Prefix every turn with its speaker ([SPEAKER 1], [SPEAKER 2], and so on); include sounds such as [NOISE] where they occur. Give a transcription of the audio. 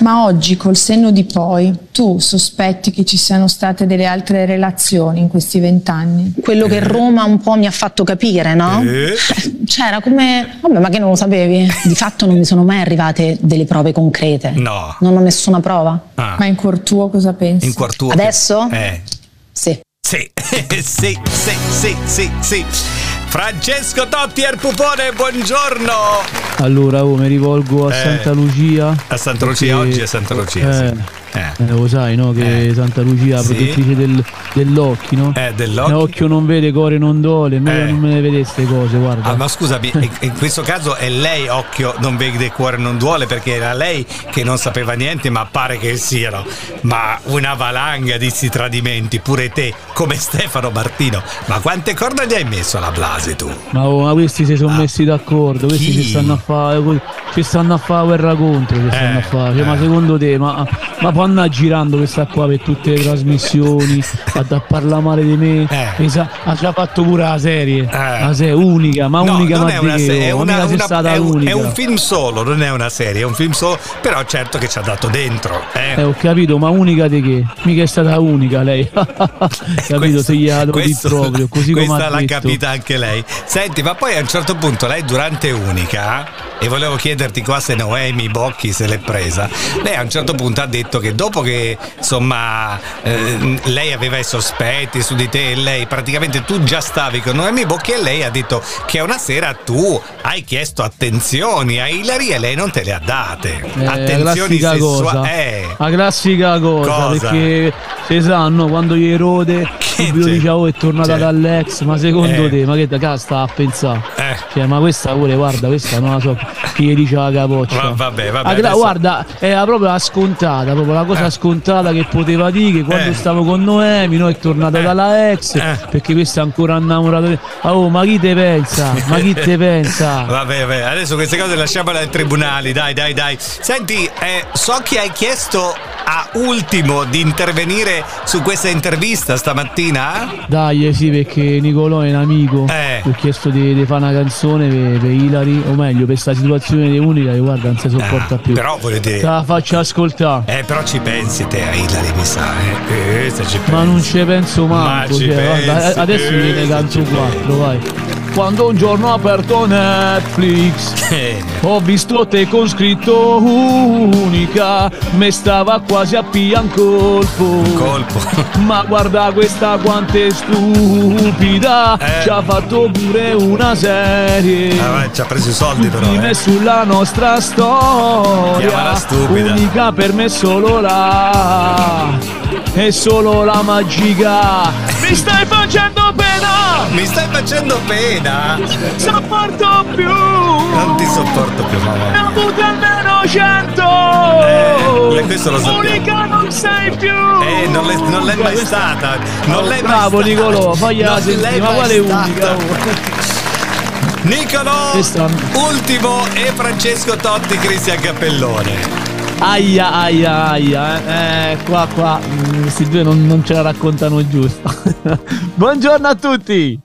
[SPEAKER 1] Ma oggi, col senno di poi, tu sospetti che ci siano state delle altre relazioni in questi vent'anni?
[SPEAKER 2] Quello che Roma un po' mi ha fatto capire, no?
[SPEAKER 3] Eh?
[SPEAKER 2] C'era come. Vabbè, ma che non lo sapevi? Di fatto non mi sono mai arrivate delle prove concrete.
[SPEAKER 3] No.
[SPEAKER 2] Non ho nessuna prova.
[SPEAKER 3] Ah,
[SPEAKER 1] Ma in cuor tuo cosa pensi?
[SPEAKER 3] in quarto.
[SPEAKER 2] Adesso?
[SPEAKER 3] Eh.
[SPEAKER 2] Sì.
[SPEAKER 3] Sì, [LAUGHS] sì, sì, sì, sì, sì. Francesco Totti al pupone, buongiorno.
[SPEAKER 4] Allora, oh, mi rivolgo a
[SPEAKER 3] Eh,
[SPEAKER 4] Santa Lucia.
[SPEAKER 3] A Santa Lucia,
[SPEAKER 4] perché-
[SPEAKER 3] oggi è Santa Lucia. sì.
[SPEAKER 4] Eh,
[SPEAKER 3] Eh.
[SPEAKER 4] eh, lo sai, no? Che
[SPEAKER 3] Eh.
[SPEAKER 4] Santa Lucia,
[SPEAKER 3] Sì.
[SPEAKER 4] protettrice del- dell'occhio, no?
[SPEAKER 3] Eh,
[SPEAKER 4] Eh,
[SPEAKER 3] dell'occhio.
[SPEAKER 4] Occhio non vede, core non dole. a me
[SPEAKER 3] Eh.
[SPEAKER 4] non me ne vedete queste cose, guarda.
[SPEAKER 3] Ah, ma scusami, in- in questo caso è lei occhio non vede cuore non duole perché era lei che non sapeva niente, ma pare che siano. Ma una valanga di sti tradimenti, pure te, come Stefano Martino. Ma quante corna gli hai messo alla Blasi tu?
[SPEAKER 4] Ma, oh, ma questi si sono
[SPEAKER 3] Ah.
[SPEAKER 4] messi d'accordo, questi
[SPEAKER 3] Chi?
[SPEAKER 4] ci stanno a fare ci stanno a fare guerra contro, ci stanno a fare. Cioè,
[SPEAKER 3] eh.
[SPEAKER 4] Ma secondo te, ma, ma può andare girando questa qua per tutte le trasmissioni, ad a parlare male di me?
[SPEAKER 3] Eh.
[SPEAKER 4] Mi sa- ha già fatto pure la serie.
[SPEAKER 3] Eh.
[SPEAKER 4] La serie unica, ma
[SPEAKER 3] No,
[SPEAKER 4] unica
[SPEAKER 3] non
[SPEAKER 4] ma
[SPEAKER 3] è
[SPEAKER 4] di
[SPEAKER 3] una
[SPEAKER 4] che,
[SPEAKER 3] serie, è,
[SPEAKER 4] oh,
[SPEAKER 3] una-
[SPEAKER 4] mica sei
[SPEAKER 3] una-
[SPEAKER 4] stata
[SPEAKER 3] è un,
[SPEAKER 4] unica.
[SPEAKER 3] è un film solo, non è una serie, è un film solo, però certo che ci ha dato dentro. eh.
[SPEAKER 4] Eh, ho capito, ma unica di che? Mica è stata unica lei. [LAUGHS] capito,
[SPEAKER 3] Questo-
[SPEAKER 4] se glielo di
[SPEAKER 3] [LAUGHS] questo-
[SPEAKER 4] proprio, così come
[SPEAKER 3] questa
[SPEAKER 4] ha
[SPEAKER 3] l'ha
[SPEAKER 4] detto.
[SPEAKER 3] capita anche lei. Senti, ma poi a un certo punto lei durante Unica, e volevo chiederti qua se Noemi Bocchi se l'è presa, lei a un certo punto ha detto che dopo che insomma eh, lei aveva i sospetti su di te e lei praticamente tu già stavi con Noemi Bocchi e lei ha detto che una sera tu hai chiesto attenzioni a Ilari e lei non te le ha date.
[SPEAKER 4] Eh,
[SPEAKER 3] attenzioni
[SPEAKER 4] la classica
[SPEAKER 3] sessuali.
[SPEAKER 4] cosa.
[SPEAKER 3] Eh.
[SPEAKER 4] La classica cosa,
[SPEAKER 3] Cosa?
[SPEAKER 4] perché se sanno quando gli erode
[SPEAKER 3] [LAUGHS] Che
[SPEAKER 4] subito
[SPEAKER 3] c'è?
[SPEAKER 4] dice "Oh, è tornata
[SPEAKER 3] C'è.
[SPEAKER 4] dall'ex, ma secondo
[SPEAKER 3] Eh.
[SPEAKER 4] te, ma che da cazzo sta a pensare?
[SPEAKER 3] Eh.
[SPEAKER 4] Cioè, ma questa pure, guarda, questa non la so chi gli dice la capoccia.
[SPEAKER 3] Va- vabbè, vabbè,
[SPEAKER 4] Ah, gra-
[SPEAKER 3] adesso-
[SPEAKER 4] Guarda, è la- proprio la scontata, proprio la cosa
[SPEAKER 3] Eh.
[SPEAKER 4] scontata che poteva dire che quando
[SPEAKER 3] Eh.
[SPEAKER 4] stavo con Noemi, no, è tornata
[SPEAKER 3] Eh.
[SPEAKER 4] dalla ex,
[SPEAKER 3] Eh.
[SPEAKER 4] perché questa è ancora innamorata. di- Ah, Oh, ma chi te pensa? Ma chi
[SPEAKER 3] [LAUGHS]
[SPEAKER 4] te pensa?
[SPEAKER 3] Vabbè, vabbè, adesso queste cose lasciamole ai tribunali, dai, dai, dai. Senti, eh, so che hai chiesto a ultimo di intervenire su questa intervista stamattina.
[SPEAKER 4] Dai, eh sì, perché Nicolò è un amico.
[SPEAKER 3] Eh.
[SPEAKER 4] Ho chiesto di, di fare una canzone per, per Ilari, o meglio, per questa situazione di Unica che guarda, non si sopporta
[SPEAKER 3] Ah,
[SPEAKER 4] più.
[SPEAKER 3] però voglio
[SPEAKER 4] Te
[SPEAKER 3] dire...
[SPEAKER 4] la faccio ascoltare.
[SPEAKER 3] Eh, però ci pensi te a Ilari, mi sa, eh. Eh, se ci pensi.
[SPEAKER 4] Ma non ci penso manco.
[SPEAKER 3] Ma ci
[SPEAKER 4] cioè, guarda,
[SPEAKER 3] pensi,
[SPEAKER 4] eh, adesso
[SPEAKER 3] eh,
[SPEAKER 4] mi viene
[SPEAKER 3] ci
[SPEAKER 4] canzo
[SPEAKER 3] pensi.
[SPEAKER 4] 4, vai. Quando un giorno ho aperto Netflix
[SPEAKER 3] [LAUGHS] Eh,
[SPEAKER 4] ho visto te con scritto unica, me stava quasi a pian colpo.
[SPEAKER 3] colpo.
[SPEAKER 4] [LAUGHS] Ma guarda questa quanto è stupida,
[SPEAKER 3] Eh.
[SPEAKER 4] ci ha fatto pure una serie.
[SPEAKER 3] Ah, vai, ci ha preso i soldi però,
[SPEAKER 4] Ultime
[SPEAKER 3] eh.
[SPEAKER 4] sulla nostra
[SPEAKER 3] Chiamala
[SPEAKER 4] storia,
[SPEAKER 3] stupida.
[SPEAKER 4] unica per me solo la, è solo la
[SPEAKER 3] [LAUGHS]
[SPEAKER 4] magica. Mi stai facendo pena,
[SPEAKER 3] Mi stai facendo pena?
[SPEAKER 4] sopporto più.
[SPEAKER 3] Non ti sopporto più,
[SPEAKER 4] Ne ho
[SPEAKER 3] mamma mia.
[SPEAKER 4] avute almeno
[SPEAKER 3] Eh, le-
[SPEAKER 4] 100
[SPEAKER 3] questo lo sappiamo.
[SPEAKER 4] Unica non sei più
[SPEAKER 3] Eh, non, l'è- non l'è mai stata. Non l'è mai
[SPEAKER 4] Bravo
[SPEAKER 3] stata.
[SPEAKER 4] Nicolò, fagliela
[SPEAKER 3] Non
[SPEAKER 4] sentire,
[SPEAKER 3] l'è
[SPEAKER 4] ma
[SPEAKER 3] mai
[SPEAKER 4] quale
[SPEAKER 3] stata.
[SPEAKER 4] unica? oh?
[SPEAKER 3] Nicolò,
[SPEAKER 4] Questa-
[SPEAKER 3] ultimo e Francesco Totti, Cristian Cappellone.
[SPEAKER 4] Aia, aia, aia, eh, eh, qua, qua, mm, questi due non, non ce la raccontano giusta. [LAUGHS] Buongiorno a tutti!